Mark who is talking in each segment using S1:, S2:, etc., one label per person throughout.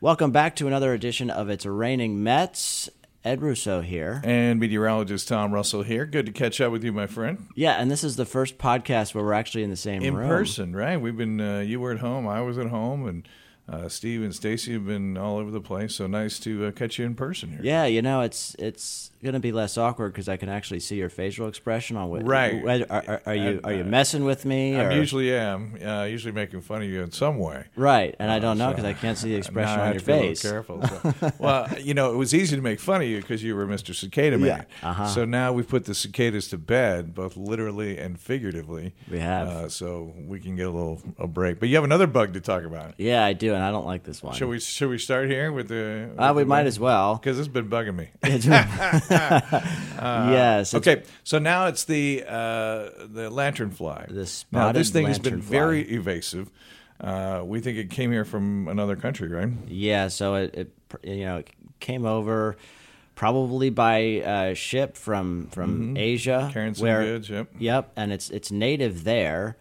S1: Welcome back to another edition of It's Raining Mets. Ed Russo here.
S2: And meteorologist Tom Russell here. Good to catch up with you, my friend.
S1: Yeah, and this is the first podcast where we're actually in the same
S2: In
S1: room.
S2: person, right? We've been, uh, you were at home, I was at home, and uh, Steve and Stacy have been all over the place. So nice to uh, catch you in person here.
S1: Yeah, you know it's it's gonna be less awkward because I can actually see your facial expression on what.
S2: Right.
S1: Are, are, are you are you messing with me?
S2: I
S1: or-
S2: usually am, uh, usually making fun of you in some way.
S1: right, and I don't know because I can't see the
S2: Oh,
S1: expression on
S2: Now I have
S1: your
S2: to be a little
S1: face.
S2: Careful. so- well, you know, it was easy to make fun of you because you were Mr. Cicada Man.
S1: Yeah. Uh-huh.
S2: So now we've put the cicadas to bed, both literally and figuratively.
S1: We have.
S2: Uh, so we can get a little a break. But you have another bug to talk about.
S1: Yeah, I do, and I don't like this one.
S2: Should we should we start here with the?
S1: Uh, we might as well.
S2: because it's been bugging me.
S1: yes. it's-
S2: okay, so now it's the uh, the lantern fly.
S1: The
S2: now this
S1: spotted
S2: thing has been
S1: lantern fly.
S2: very evasive. Uh, we think it came here from another country, right?
S1: Yeah, so it, it pr- you know it came over probably by uh, ship from from Asia,
S2: Mm-hmm. Carrying some goods, yep.
S1: Yep, and it's it's native there.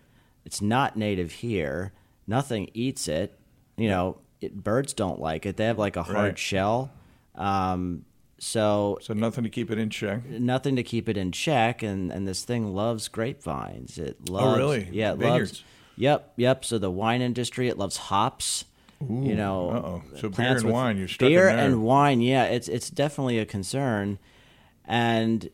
S1: It's not native here. Nothing eats it. You know, it, birds don't like it. They have like a hard
S2: Right.
S1: shell. Um, so
S2: So nothing to keep it in check.
S1: nothing to keep it in check, and and this thing loves grapevines. It loves,
S2: Oh, really?
S1: Yeah, it
S2: Vineyards.
S1: loves. Yep, yep. So the wine industry, it loves hops. you know,
S2: uh-oh. So beer
S1: plants
S2: and
S1: with-
S2: wine, you're stuck in
S1: beer
S2: there.
S1: and wine. Yeah, it's it's definitely a concern, and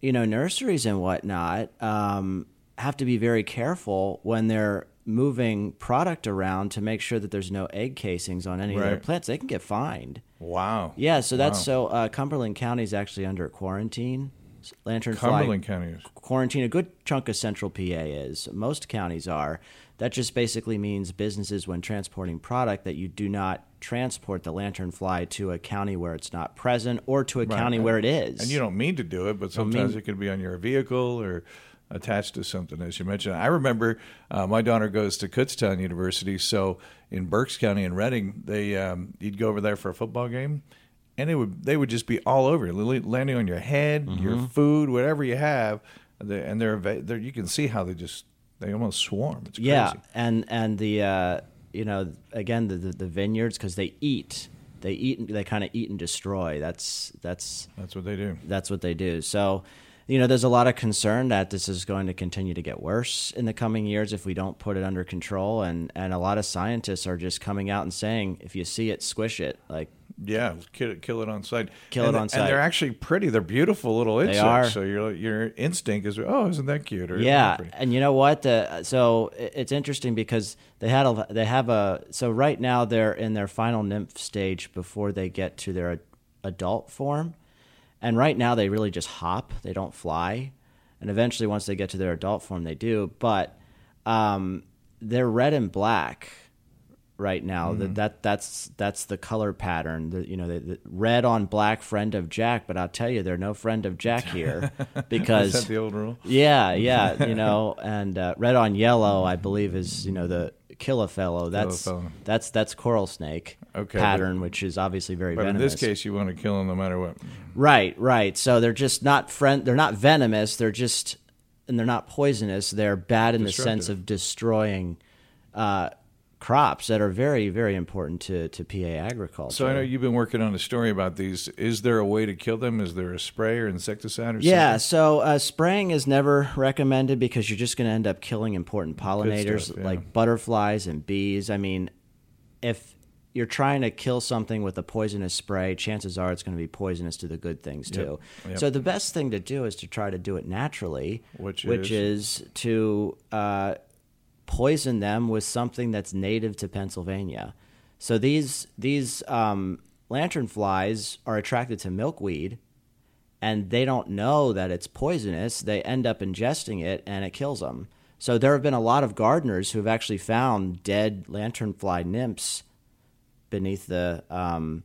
S1: you know, nurseries and whatnot um, have to be very careful when they're moving product around to make sure that there's no egg casings on any of their
S2: Right.
S1: plants. They can get fined.
S2: Wow.
S1: Yeah, so that's
S2: Wow.
S1: so uh, Cumberland County is actually under quarantine. Lantern
S2: Cumberland
S1: Fly
S2: County is.
S1: quarantine. A good chunk of Central PA is. Most counties are. That just basically means businesses, when transporting product, that you do not transport the lantern fly to a county where it's not present or to a county where it is.
S2: And you don't mean to do it, but sometimes it could be on your vehicle or attached to something, as you mentioned. I remember uh, my daughter goes to Kutztown University, so in Berks County in Reading, they um, you'd go over there for a football game, and it would they would just be all over, li- landing on your head, your food, whatever you have, they, and they're, eva- they're you can see how they just they almost swarm. It's crazy.
S1: Yeah, and and the uh, you know again the the, the vineyards because they eat. They eat. and- They kind of eat and destroy. That's that's
S2: that's what they do.
S1: that's what they do. So, you know, there's a lot of concern that this is going to continue to get worse in the coming years if we don't put it under control. And and a lot of scientists are just coming out and saying, if you see it, squish it. Like
S2: Yeah, kill it, kill it on sight.
S1: Kill
S2: And
S1: it on
S2: th-
S1: sight.
S2: And they're actually pretty. They're beautiful little insects.
S1: are.
S2: So your your instinct is, oh, isn't that cute? Or,
S1: yeah,
S2: "Isn't that pretty?"
S1: and you know what? The, so it- it's interesting because they had a they have a so right now they're in their final nymph stage before they get to their ad- adult form, and right now they really just hop. They don't fly, and eventually once they get to their adult form, they do. But um, they're red and black right now. That, that that's that's the color pattern. The, you know, the, the red on black friend of Jack. But I'll tell you, they're no friend of Jack here because
S2: Is that the old rule?
S1: yeah, yeah, you know, and uh, red on yellow, I believe, is you know the kill a fellow. That's
S2: fellow.
S1: that's that's coral snake
S2: Okay,
S1: pattern, which is obviously very
S2: But in
S1: venomous.
S2: this case, you want to kill them no matter what.
S1: right, right. So they're just not friend. They're not venomous. They're just and they're not poisonous. They're bad in the sense
S2: Destructive.
S1: of destroying uh, crops that are very, very important to to PA agriculture.
S2: So I know you've been working on a story about these. Is there a way to kill them? Is there a spray or insecticide or
S1: Yeah,
S2: something?
S1: so uh, spraying is never recommended because you're just going to end up killing important pollinators
S2: stuff, yeah.
S1: like butterflies and bees. I mean, if you're trying to kill something with a poisonous spray, chances are it's going to be poisonous to the good things too.
S2: yep.
S1: So the best thing to do is to try to do it naturally,
S2: Which
S1: is, to uh, poison them with something that's native to Pennsylvania. So these these um, lantern flies are attracted to milkweed, and they don't know that it's poisonous. They end up ingesting it, and it kills them. So there have been a lot of gardeners who have actually found dead lanternfly nymphs beneath the um,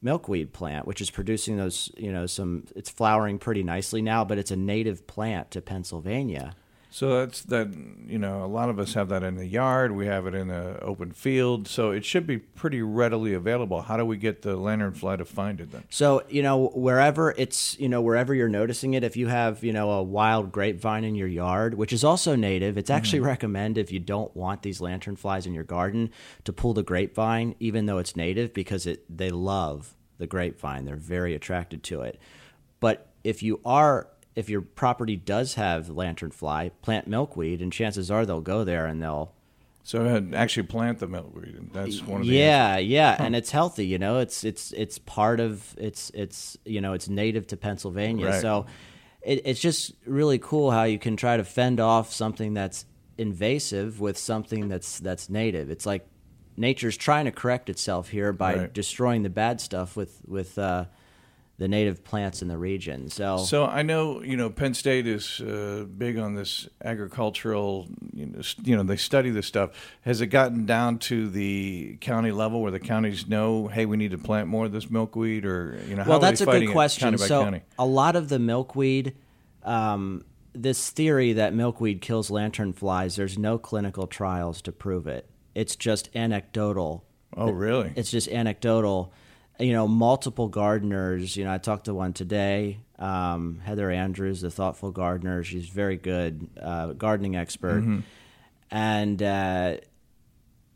S1: milkweed plant, which is producing those, you know, some. It's flowering pretty nicely now, but it's a native plant to Pennsylvania.
S2: So that's that. You know, a lot of us have that in the yard. We have it in an open field, so it should be pretty readily available. How do we get the lanternfly to find it then?
S1: So you know, wherever it's you know wherever you're noticing it, if you have you know a wild grapevine in your yard, which is also native, it's actually recommended if you don't want these lanternflies in your garden to pull the grapevine, even though it's native, because it they love the grapevine. They're very attracted to it. But if you are if your property does have lanternfly, plant milkweed, and chances are they'll go there and they'll
S2: So uh, actually plant the milkweed. and That's one of the
S1: yeah yeah and it's healthy you know it's it's it's part of it's it's you know it's native to Pennsylvania
S2: Right.
S1: so it, it's just really cool how you can try to fend off something that's invasive with something that's that's native it's like nature's trying to correct itself here by
S2: Right.
S1: destroying the bad stuff with with uh, the native plants in the region
S2: So I know you know Penn State is uh, big on this agricultural. You know, s- you know they study this stuff. Has it gotten down to the county level where the counties know, hey, we need to plant more of this milkweed, or you know, how
S1: well,
S2: are they
S1: that's a
S2: fighting
S1: good
S2: it
S1: question.
S2: County by
S1: So
S2: county?
S1: a lot of the milkweed, um, this theory that milkweed kills lanternflies, there's no clinical trials to prove it. It's just anecdotal.
S2: Oh, really?
S1: It's just anecdotal. You know, multiple gardeners. You know, I talked to one today, um, Heather Andrews, the thoughtful gardener. She's very good uh, gardening expert, and. Uh,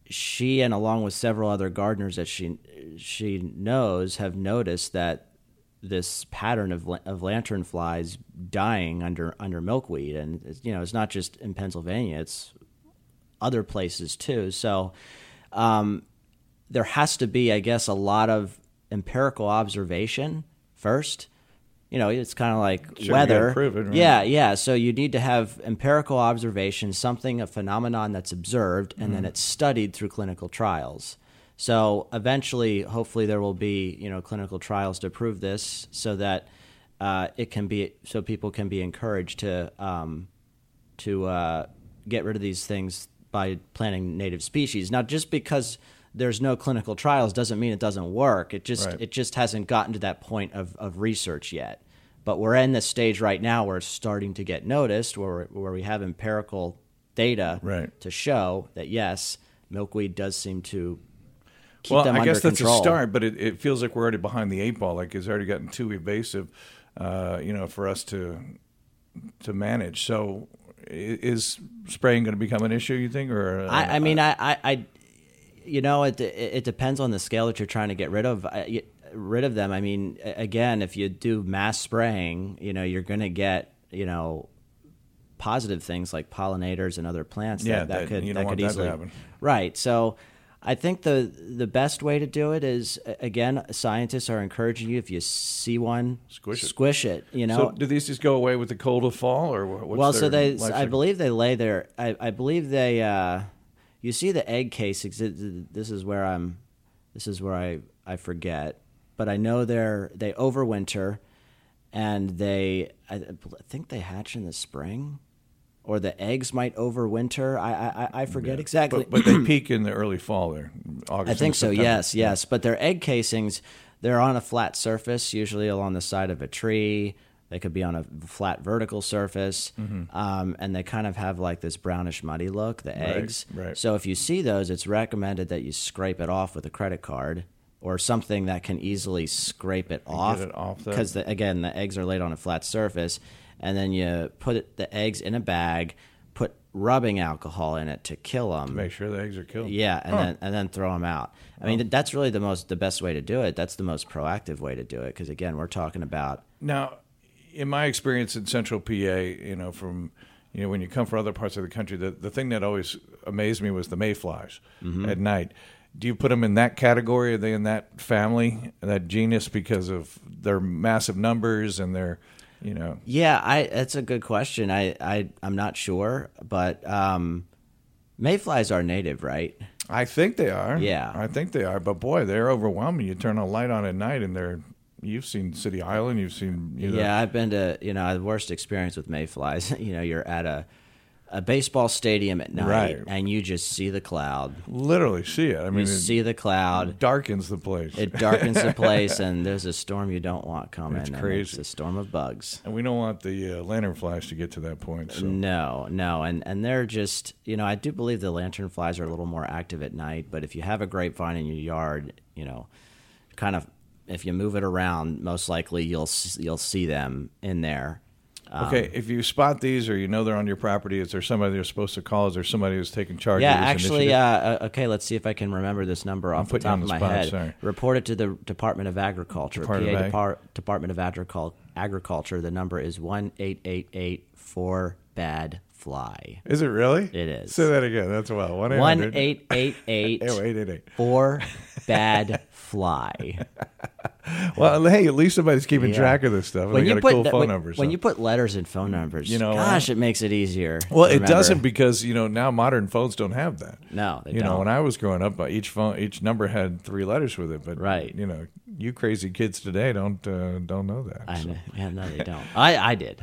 S1: she and along with several other gardeners that she she knows have noticed that this pattern of la- of lanternflies dying under under milkweed and it's, you know it's not just in Pennsylvania it's other places too so um, there has to be I guess a lot of empirical observation first you know it's kind of like
S2: Sure, you gotta
S1: weather
S2: prove it, right?
S1: yeah yeah. So you need to have empirical observation, something, a phenomenon that's observed, and
S2: Mm-hmm.
S1: then it's studied through clinical trials. So eventually, hopefully, there will be you know clinical trials to prove this, so that uh, it can be so people can be encouraged to um, to uh, get rid of these things by planting native species. Now, just because there's no clinical trials doesn't mean it doesn't work. It just
S2: Right.
S1: it just hasn't gotten to that point of, of research yet. But we're in this stage right now where it's starting to get noticed, where where we have empirical data
S2: Right.
S1: to show that yes, milkweed does seem to keep
S2: well,
S1: them
S2: I
S1: under
S2: guess that's
S1: control.
S2: a start, but it, it feels like we're already behind the eight ball. Like it's already gotten too evasive, uh, you know, for us to to manage. So i- is spraying going to become an issue? You think, or uh,
S1: I, I mean, I, I, I, you know, it, it it depends on the scale that you're trying to get rid of. I, y- rid of them. I mean, a- again, if you do mass spraying, you know, you're going to get, you know, positive things like pollinators and other plants
S2: Yeah,
S1: that, that,
S2: that-
S1: could
S2: you don't
S1: that
S2: want
S1: could
S2: that to
S1: easily
S2: happen.
S1: right. So. I think the the best way to do it is a- again scientists are encouraging you if you see one
S2: Squish it.
S1: squish it you know
S2: So do these just go away with the cold of fall, or wha- what's
S1: well,
S2: their
S1: so they,
S2: life
S1: I
S2: cycle?
S1: believe they lay their, I, I believe they, uh, you see the egg case. exi- This is where I'm, this is where I, I forget, but I know they're they overwinter, and they, I, I think they hatch in the spring, or the eggs might overwinter. I, I, I- I forget exactly.
S2: but, but they peak in the early fall there, August.
S1: I
S2: and
S1: think so.
S2: September.
S1: Yes, yes. But their egg casings, they're on a flat surface, usually along the side of a tree. They could be on a flat vertical surface, um, and they kind of have like this brownish muddy look. The eggs.
S2: Mm-hmm. right.
S1: So if you see those, it's recommended that you scrape it off with a credit card or something that can easily scrape it off.
S2: it off the-
S1: because the, again, the eggs are laid on a flat surface, and then you put it, the eggs in a bag, put rubbing alcohol in it to kill them.
S2: Make sure the eggs are killed.
S1: Yeah, and then and then throw them out. I mean, that's really the most the best way to do it. That's the most proactive way to do it because again, we're talking about
S2: Now, in my experience in Central PA, you know, from you know when you come from other parts of the country, the the thing that always amazed me was the mayflies
S1: Mm-hmm.
S2: at night. Do you put them in that category? Are they in that family, that genus, because of their massive numbers and their, you know,
S1: yeah. I that's a good question. I I I'm not sure, but um, mayflies are native, right?
S2: I think they are.
S1: Yeah.
S2: I think they are. But boy, they're overwhelming. You turn a light on at night, and they're. You've seen City Island. You've seen. You know,
S1: Yeah, I've been to you know the worst experience with mayflies. you know, you're at a a baseball stadium at night,
S2: Right.
S1: and you just see the cloud.
S2: Literally see it. I mean,
S1: You
S2: it
S1: see the cloud.
S2: darkens the place.
S1: It darkens the place, and there's a storm you don't want coming. and It's
S2: crazy.
S1: a storm of bugs.
S2: and we don't want the uh, lantern flash to get to that point. So
S1: No, no, and and they're just you know I do believe the lantern flies are a little more active at night, but if you have a grapevine in your yard, you know, kind of if you move it around, most likely you'll s- you'll see them in there. Uh,
S2: okay, if you spot these or you know they're on your property, is there somebody you're supposed to call? Is there somebody who's taking charge?
S1: Yeah,
S2: of this
S1: actually,
S2: initiative?
S1: uh, uh, okay. Let's see if I can remember this number off the
S2: putting you
S1: top
S2: on
S1: of
S2: the
S1: my
S2: spot,
S1: head.
S2: sorry.
S1: Report it to the Department of Agriculture,
S2: Department
S1: PA
S2: of Ag.
S1: Depar- Department of Agricul- Agriculture. The number is one eight eight eight four bad fly.
S2: is it really?
S1: uh, It is.
S2: Say that again. That's wild. One
S1: One eight eight eight
S2: Oh, eight eight eight.
S1: four bad fly.
S2: Well, hey, at least somebody's keeping
S1: Yeah.
S2: track of this stuff. and they got a cool
S1: the-
S2: phone
S1: when,
S2: number. so.
S1: when you put letters in phone numbers,
S2: You know, uh,
S1: gosh, it makes it easier. to
S2: Well, it
S1: remember.
S2: doesn't because you know now modern phones don't have that.
S1: No, they
S2: you know
S1: don't.
S2: when I was growing up, uh, each phone, each number had three letters with it. But
S1: Right.
S2: you know, you crazy kids today don't uh, don't know that.
S1: I know. Yeah, no, they don't. I, I did.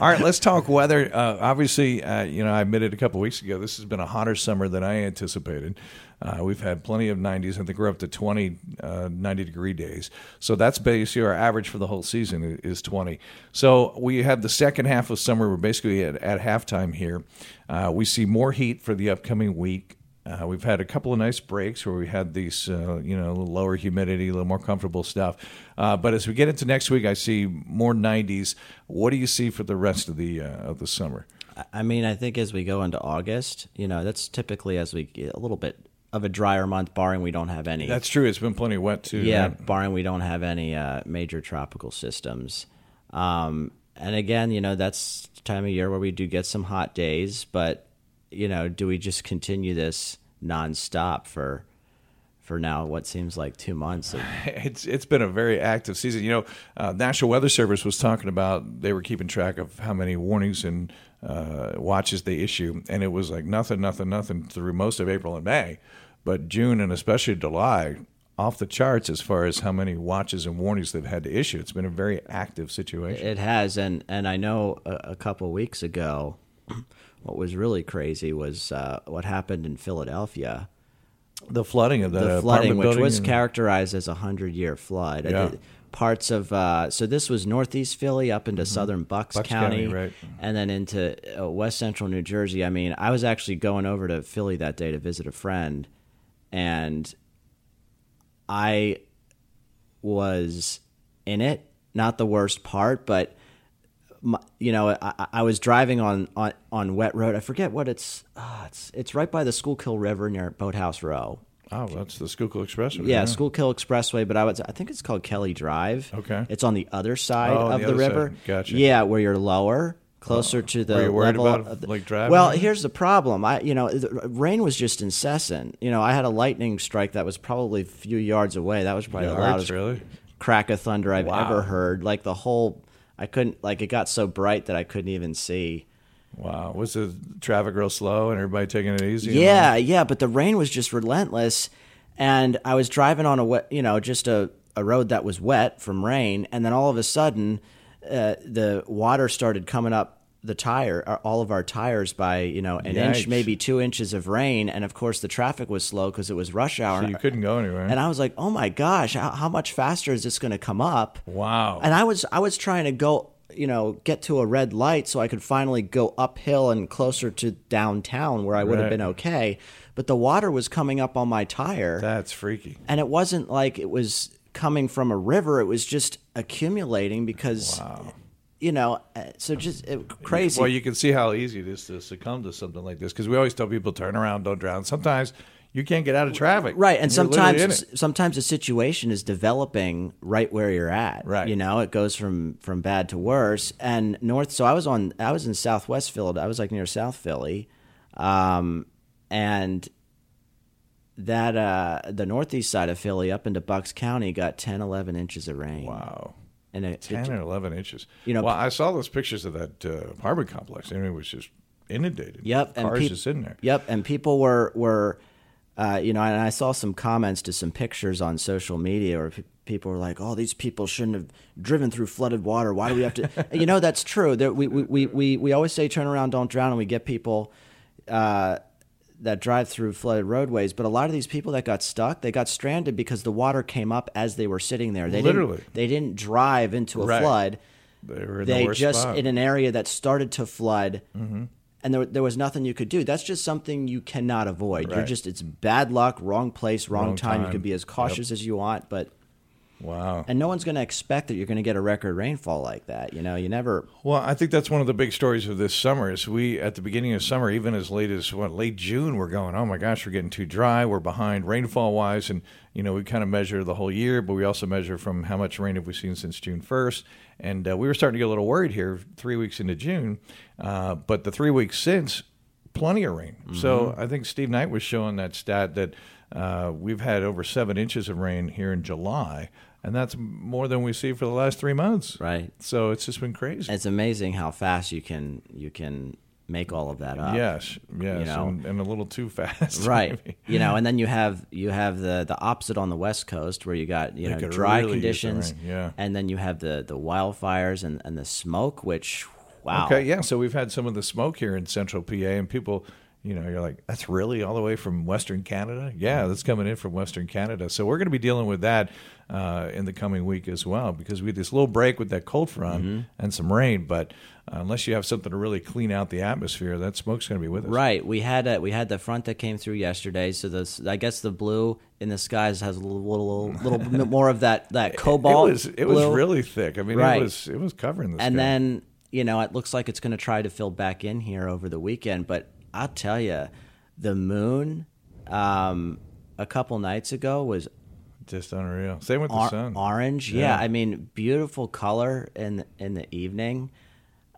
S2: All right, let's talk weather. Uh, obviously, uh, you know, I admitted a couple weeks ago this has been a hotter summer than I anticipated. Uh, we've had plenty of 90s. I think we're up to 20 uh, 90 degree days. So that's basically our average for the whole season i- is 20. So we have the second half of summer. We're basically at, at halftime here. Uh, we see more heat for the upcoming week. Uh, we've had a couple of nice breaks where we had these, uh, you know, a little lower humidity, a little more comfortable stuff. Uh, but as we get into next week, I see more 90s. What do you see for the rest of the uh, of the summer?
S1: I- I mean, I think as we go into August, you know, that's typically as we get a little bit of a drier month, barring we don't have any.
S2: That's true. It's been plenty wet too.
S1: yeah,
S2: right?
S1: barring we don't have any uh, major tropical systems. Um, and again, you know, that's the time of year where we do get some hot days, but you know, do we just continue this nonstop for for now what seems like two months? Of,
S2: It's it's been a very active season. You know, uh, National Weather Service was talking about they were keeping track of how many warnings and uh, watches they issue, and it was like nothing, nothing, nothing through most of April and May, but June and especially July off the charts as far as how many watches and warnings they've had to issue. It's been a very active situation.
S1: It has, and and I know a, a couple weeks ago, what was really crazy was uh, what happened in Philadelphia.
S2: The flooding of that
S1: the
S2: apartment
S1: flooding, which
S2: building
S1: was
S2: in-
S1: characterized as a hundred year flood. I
S2: Yeah.
S1: did- Parts of uh, so this was northeast Philly up into southern Bucks,
S2: Mm-hmm. Bucks
S1: County,
S2: County, right.
S1: and then into uh, west central New Jersey. I mean, I was actually going over to Philly that day to visit a friend, and I was in it. Not the worst part, but my, you know, I- I, I was driving on, on on wet road. I forget what it's. ah, it's it's right by the Schuylkill River near Boathouse Row.
S2: Oh, that's the Schuylkill Express. right?
S1: Yeah, Schuylkill Expressway, but I was I think it's called Kelly Drive.
S2: Okay.
S1: It's on the other side
S2: Oh, on
S1: of
S2: the
S1: the,
S2: other
S1: river.
S2: side. Gotcha. Oh.
S1: Yeah, where you're lower, closer to the
S2: Were you worried
S1: level
S2: about,
S1: of the-
S2: like, driving
S1: Well,
S2: there?
S1: here's the problem. I you know, the rain was just incessant. You know, I had a lightning strike that was probably a few yards away. That was probably
S2: It
S1: the
S2: hurts,
S1: loudest
S2: really.
S1: crack of thunder I've
S2: Wow.
S1: ever heard. Like the whole I couldn't like it got so bright that I couldn't even see.
S2: Wow. Was the traffic real slow and everybody taking it easy?
S1: Yeah, yeah, but the rain was just relentless, and I was driving on a wet, you know, just a, a road that was wet from rain, and then all of a sudden, uh, the water started coming up the tire, uh, all of our tires by you know an
S2: Yikes.
S1: inch, maybe two inches of rain, and of course the traffic was slow because it was rush hour.
S2: So you couldn't go anywhere.
S1: and I was like, oh my gosh, how, how much faster is this going to come up?
S2: wow.
S1: And I was I was trying to go, you know, get to a red light so I could finally go uphill and closer to downtown where I would have
S2: Right.
S1: been okay. But the water was coming up on my tire,
S2: That's freaky.
S1: and it wasn't like it was coming from a river. It was just accumulating because, you know, uh, so just it, crazy.
S2: Well, you can see how easy it is to succumb to something like this because we always tell people turn around, don't drown. Sometimes you can't get out of traffic,
S1: Right, and
S2: You're literally
S1: sometimes
S2: in
S1: s-
S2: it.
S1: sometimes the situation is developing right where you're at.
S2: Right.
S1: you know, it goes from from bad to worse. And north, so I was on, I was in Southwest Philly. I was like near South Philly, um, and that uh, the northeast side of Philly up into Bucks County got 10, 11 inches of rain.
S2: wow,
S1: and it,
S2: Oh, ten
S1: it,
S2: or eleven inches.
S1: You know,
S2: well, I saw those pictures of that uh, apartment complex, and it was just inundated.
S1: yep, and
S2: cars
S1: peop-
S2: just in there.
S1: Yep, and people were were uh, you know, and I saw some comments to some pictures on social media where pe- people were like, "Oh, these people shouldn't have driven through flooded water. Why do we have to?" you know, that's true. There, we, we, we, we, we always say turn around, don't drown, and we get people uh, that drive through flooded roadways. But a lot of these people that got stuck, they got stranded because the water came up as they were sitting there. They
S2: Literally.
S1: didn't, they didn't drive into a
S2: Right.
S1: flood.
S2: They were in the
S1: They
S2: worst
S1: just
S2: spot. Mm-hmm.
S1: in an area that started to flood. And there, there was nothing you could do. That's just something you cannot avoid. You're
S2: Right.
S1: just, it's bad luck, wrong place, wrong,
S2: Wrong
S1: time. You
S2: time.
S1: can be as cautious as you want, but
S2: wow.
S1: and no one's going to expect that you're going to get a record rainfall like that. You know, you never.
S2: Well, I think that's one of the big stories of this summer is we at the beginning of summer, even as late as what late June, we're going, oh my gosh, we're getting too dry, we're behind rainfall wise, and you know we kind of measure the whole year, but we also measure from how much rain have we seen since June first, and uh, we were starting to get a little worried here three weeks into June, uh, but the three weeks since, plenty of rain. So I think Steve Knight was showing that stat that uh, we've had over seven inches of rain here in July. And that's more than we see for the last three months.
S1: Right.
S2: So it's just been crazy.
S1: It's amazing how fast you can you can make all of that up.
S2: Yes, yes,
S1: you know.
S2: and, and a little too fast.
S1: Right.
S2: maybe.
S1: you know, and then you have you have the the opposite on the West Coast where you got you know
S2: could
S1: dry
S2: really use the
S1: conditions.
S2: rain, yeah.
S1: And then you have the the wildfires and and the smoke, which wow.
S2: Okay, yeah. So we've had some of the smoke here in central PA, and people, you know, you're like, that's really all the way from Western Canada? Yeah, that's coming in from Western Canada. So we're going to be dealing with that uh, in the coming week as well, because we had this little break with that cold front
S1: Mm-hmm.
S2: and some rain. But uh, unless you have something to really clean out the atmosphere, that smoke's going to be with us.
S1: Right, we had a, we had the front that came through yesterday, so the I guess the blue in the skies has a little little little, bit more of that that cobalt.
S2: It was it was
S1: blue.
S2: really thick. I mean,
S1: Right.
S2: it was it was covering this.
S1: and then you know it looks like it's going to try to fill back in here over the weekend but i'll tell you the moon um, a couple nights ago was
S2: just unreal. Same with the
S1: or-
S2: sun.
S1: orange yeah.
S2: Yeah.
S1: i mean beautiful color in in the evening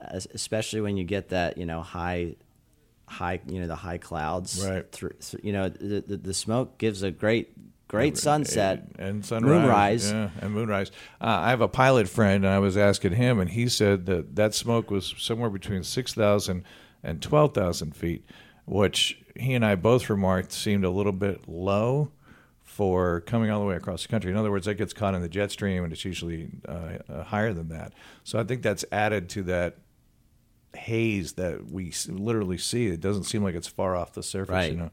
S1: es- especially when you get that you know high high you know the high clouds
S2: Right.
S1: through, through- you know the, the, the smoke gives a great great sunset
S2: and sunrise,
S1: moonrise
S2: yeah, and moonrise. Uh, I have a pilot friend, and I was asking him, and he said that that smoke was somewhere between six thousand and twelve thousand feet, which he and I both remarked seemed a little bit low for coming all the way across the country. In other words, that gets caught in the jet stream, and it's usually uh, uh, higher than that. So I think that's added to that haze that we s- literally see. It doesn't seem like it's far off the surface,
S1: Right.
S2: you know.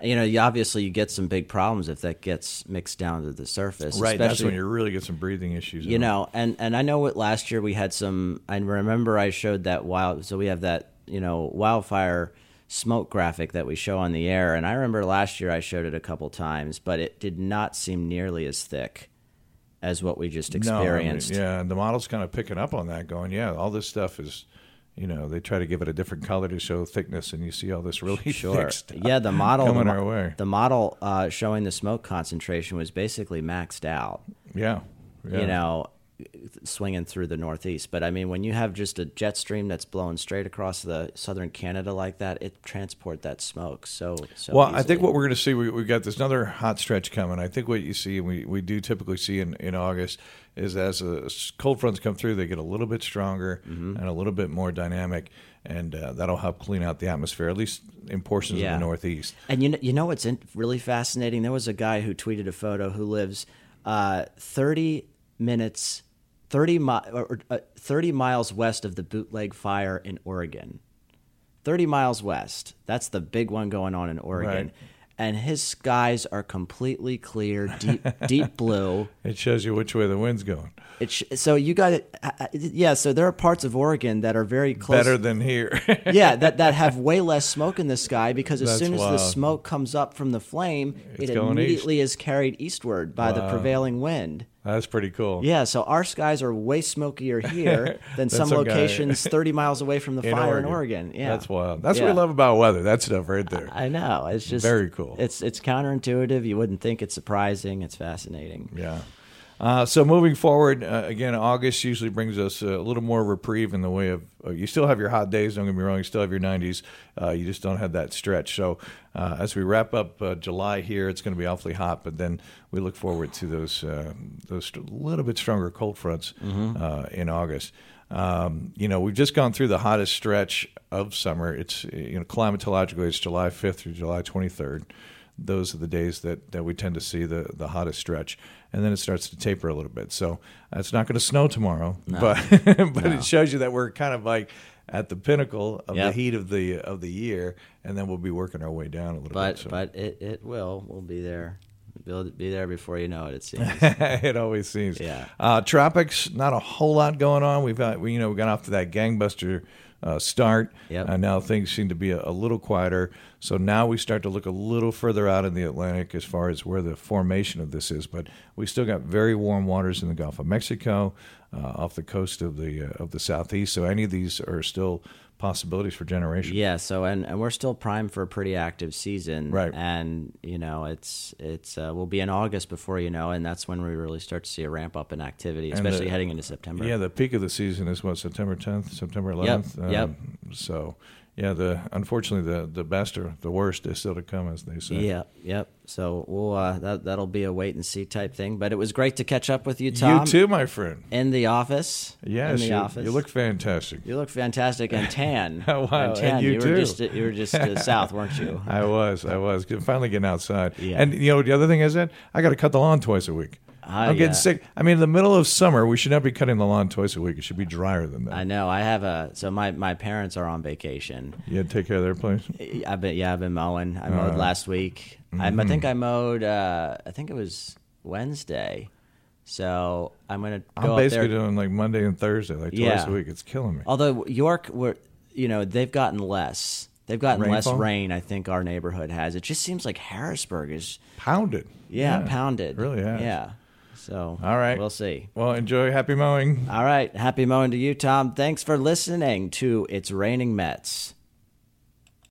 S1: You know, you obviously you get some big problems if that gets mixed down to the surface.
S2: Right, that's
S1: especially-
S2: when you really get some breathing issues.
S1: you know, and and I know what last year we had some. I remember I showed that wild. So we have that you know wildfire smoke graphic that we show on the air, and I remember last year I showed it a couple times, but it did not seem nearly as thick as what we just
S2: No, I mean,
S1: experienced.
S2: yeah, and the model's kind of picking up on that, going, yeah, all this stuff is, you know, they try to give it a different color to show thickness, and you see all this really
S1: Sure.
S2: thick stuff.
S1: Yeah, the model
S2: coming
S1: the, mo-
S2: our way.
S1: the model uh, showing the smoke concentration was basically maxed out.
S2: Yeah, yeah.
S1: you know, swinging through the Northeast. But I mean, when you have just a jet stream that's blowing straight across the southern Canada like that, it transport that smoke so so.
S2: Well, I
S1: easily.
S2: think what we're going to see, we, we've got this another hot stretch coming. I think what you see, and we, we do typically see in, in August, is as the s- cold fronts come through, they get a little bit stronger
S1: Mm-hmm.
S2: and a little bit more dynamic, and uh, that'll help clean out the atmosphere, at least in portions
S1: Yeah.
S2: of the Northeast.
S1: and you know, you know what's in, really fascinating? There was a guy who tweeted a photo who lives uh, thirty minutes, thirty mi- or, or, uh, thirty miles west of the bootleg fire in Oregon. Thirty miles west. That's the big one going on in Oregon.
S2: Right.
S1: And his skies are completely clear, deep, deep blue.
S2: It shows you which way the wind's going.
S1: It sh- so you got it. I- I- Yeah. So there are parts of Oregon that are very close.
S2: Better than here.
S1: yeah, that, that have way less smoke in the sky because as
S2: That's
S1: soon as the
S2: wild.
S1: smoke comes up from the flame,
S2: It's
S1: it
S2: going
S1: immediately is carried eastward by the prevailing wind.
S2: That's pretty cool.
S1: Yeah, so our skies are way smokier here than
S2: That's
S1: some
S2: some guy.
S1: locations 30 miles away from the fire in Oregon. Yeah.
S2: That's wild. That's what
S1: Yeah.
S2: we love about weather. That stuff right there.
S1: I know. It's just
S2: Very cool.
S1: It's it's counterintuitive. You wouldn't think it's surprising. It's fascinating.
S2: yeah. Uh, so moving forward, uh, again, August usually brings us a little more reprieve in the way of uh, you still have your hot days. Don't get me wrong; you still have your 90s. Uh, you just don't have that stretch. So uh, as we wrap up uh, July here, it's going to be awfully hot, but then we look forward to those uh, those st- little bit stronger cold fronts
S1: Mm-hmm.
S2: uh, in August. Um, you know, we've just gone through the hottest stretch of summer. It's you know climatologically, it's July 5th through July 23rd. those are the days that, that we tend to see the, the hottest stretch. And then it starts to taper a little bit. So it's not going to snow tomorrow, but but it shows you that we're kind of like at the pinnacle of
S1: Yep.
S2: the heat of the of the year, and then we'll be working our way down a little
S1: But
S2: bit. So
S1: but it, it will. We'll be there. We'll be there before you know it. It seems.
S2: it always seems.
S1: Yeah.
S2: Uh, tropics, not a whole lot going on. We've got, we, you know, we got off to that gangbuster uh, start.
S1: Yep.
S2: Uh, now things seem to be a, a little quieter. So now we start to look a little further out in the Atlantic as far as where the formation of this is. But we still got very warm waters in the Gulf of Mexico, uh, off the coast of the uh, of the southeast. So any of these are still possibilities for generation.
S1: Yeah. So and, and we're still primed for a pretty active season.
S2: Right.
S1: And you know it's it's uh, we'll be in August before you know, and that's when we really start to see a ramp up in activity,
S2: the-
S1: especially heading into September.
S2: Yeah, the peak of the season is what September 10th, September 11th.
S1: yep.
S2: So, yeah, the unfortunately the the best or the worst is still to come, as they say.
S1: Yeah, yep. So we'll uh, that that'll be a wait and see type thing. But it was great to catch up with you, Tom.
S2: You too, my friend.
S1: In the office.
S2: Yes,
S1: In the
S2: you,
S1: office.
S2: you look fantastic.
S1: You look fantastic and tan.
S2: Oh, wow,
S1: And tan.
S2: and you
S1: were
S2: too.
S1: just you were just uh, south, weren't you?
S2: I was, I was Good- finally getting outside.
S1: Yeah.
S2: And you know the other thing is that I got to cut the lawn twice a week.
S1: Ah,
S2: I'm getting
S1: yeah.
S2: sick. I mean, in the middle of summer, we should not be cutting the lawn twice a week. It should be drier than that.
S1: I know. I have a so my my parents are on vacation.
S2: You had to take care of their place.
S1: I've been yeah, I've been mowing. I
S2: Uh,
S1: mowed last week. I'm- I, think
S2: mm-hmm.
S1: I mowed. Uh, I think it was Wednesday. So I'm gonna go
S2: I'm
S1: up
S2: basically
S1: there.
S2: doing like Monday and Thursday, like twice
S1: Yeah.
S2: a week. It's killing me.
S1: Although York, were you know, they've gotten less. They've gotten
S2: Rainfall?
S1: less rain. I think our neighborhood has. It just seems like Harrisburg is
S2: Pounded.
S1: yeah, pounded.
S2: really has.
S1: Yeah. So
S2: All right.
S1: we'll see.
S2: Well, enjoy happy mowing.
S1: All right. Happy mowing to you, Tom. Thanks for listening to It's Raining Mets.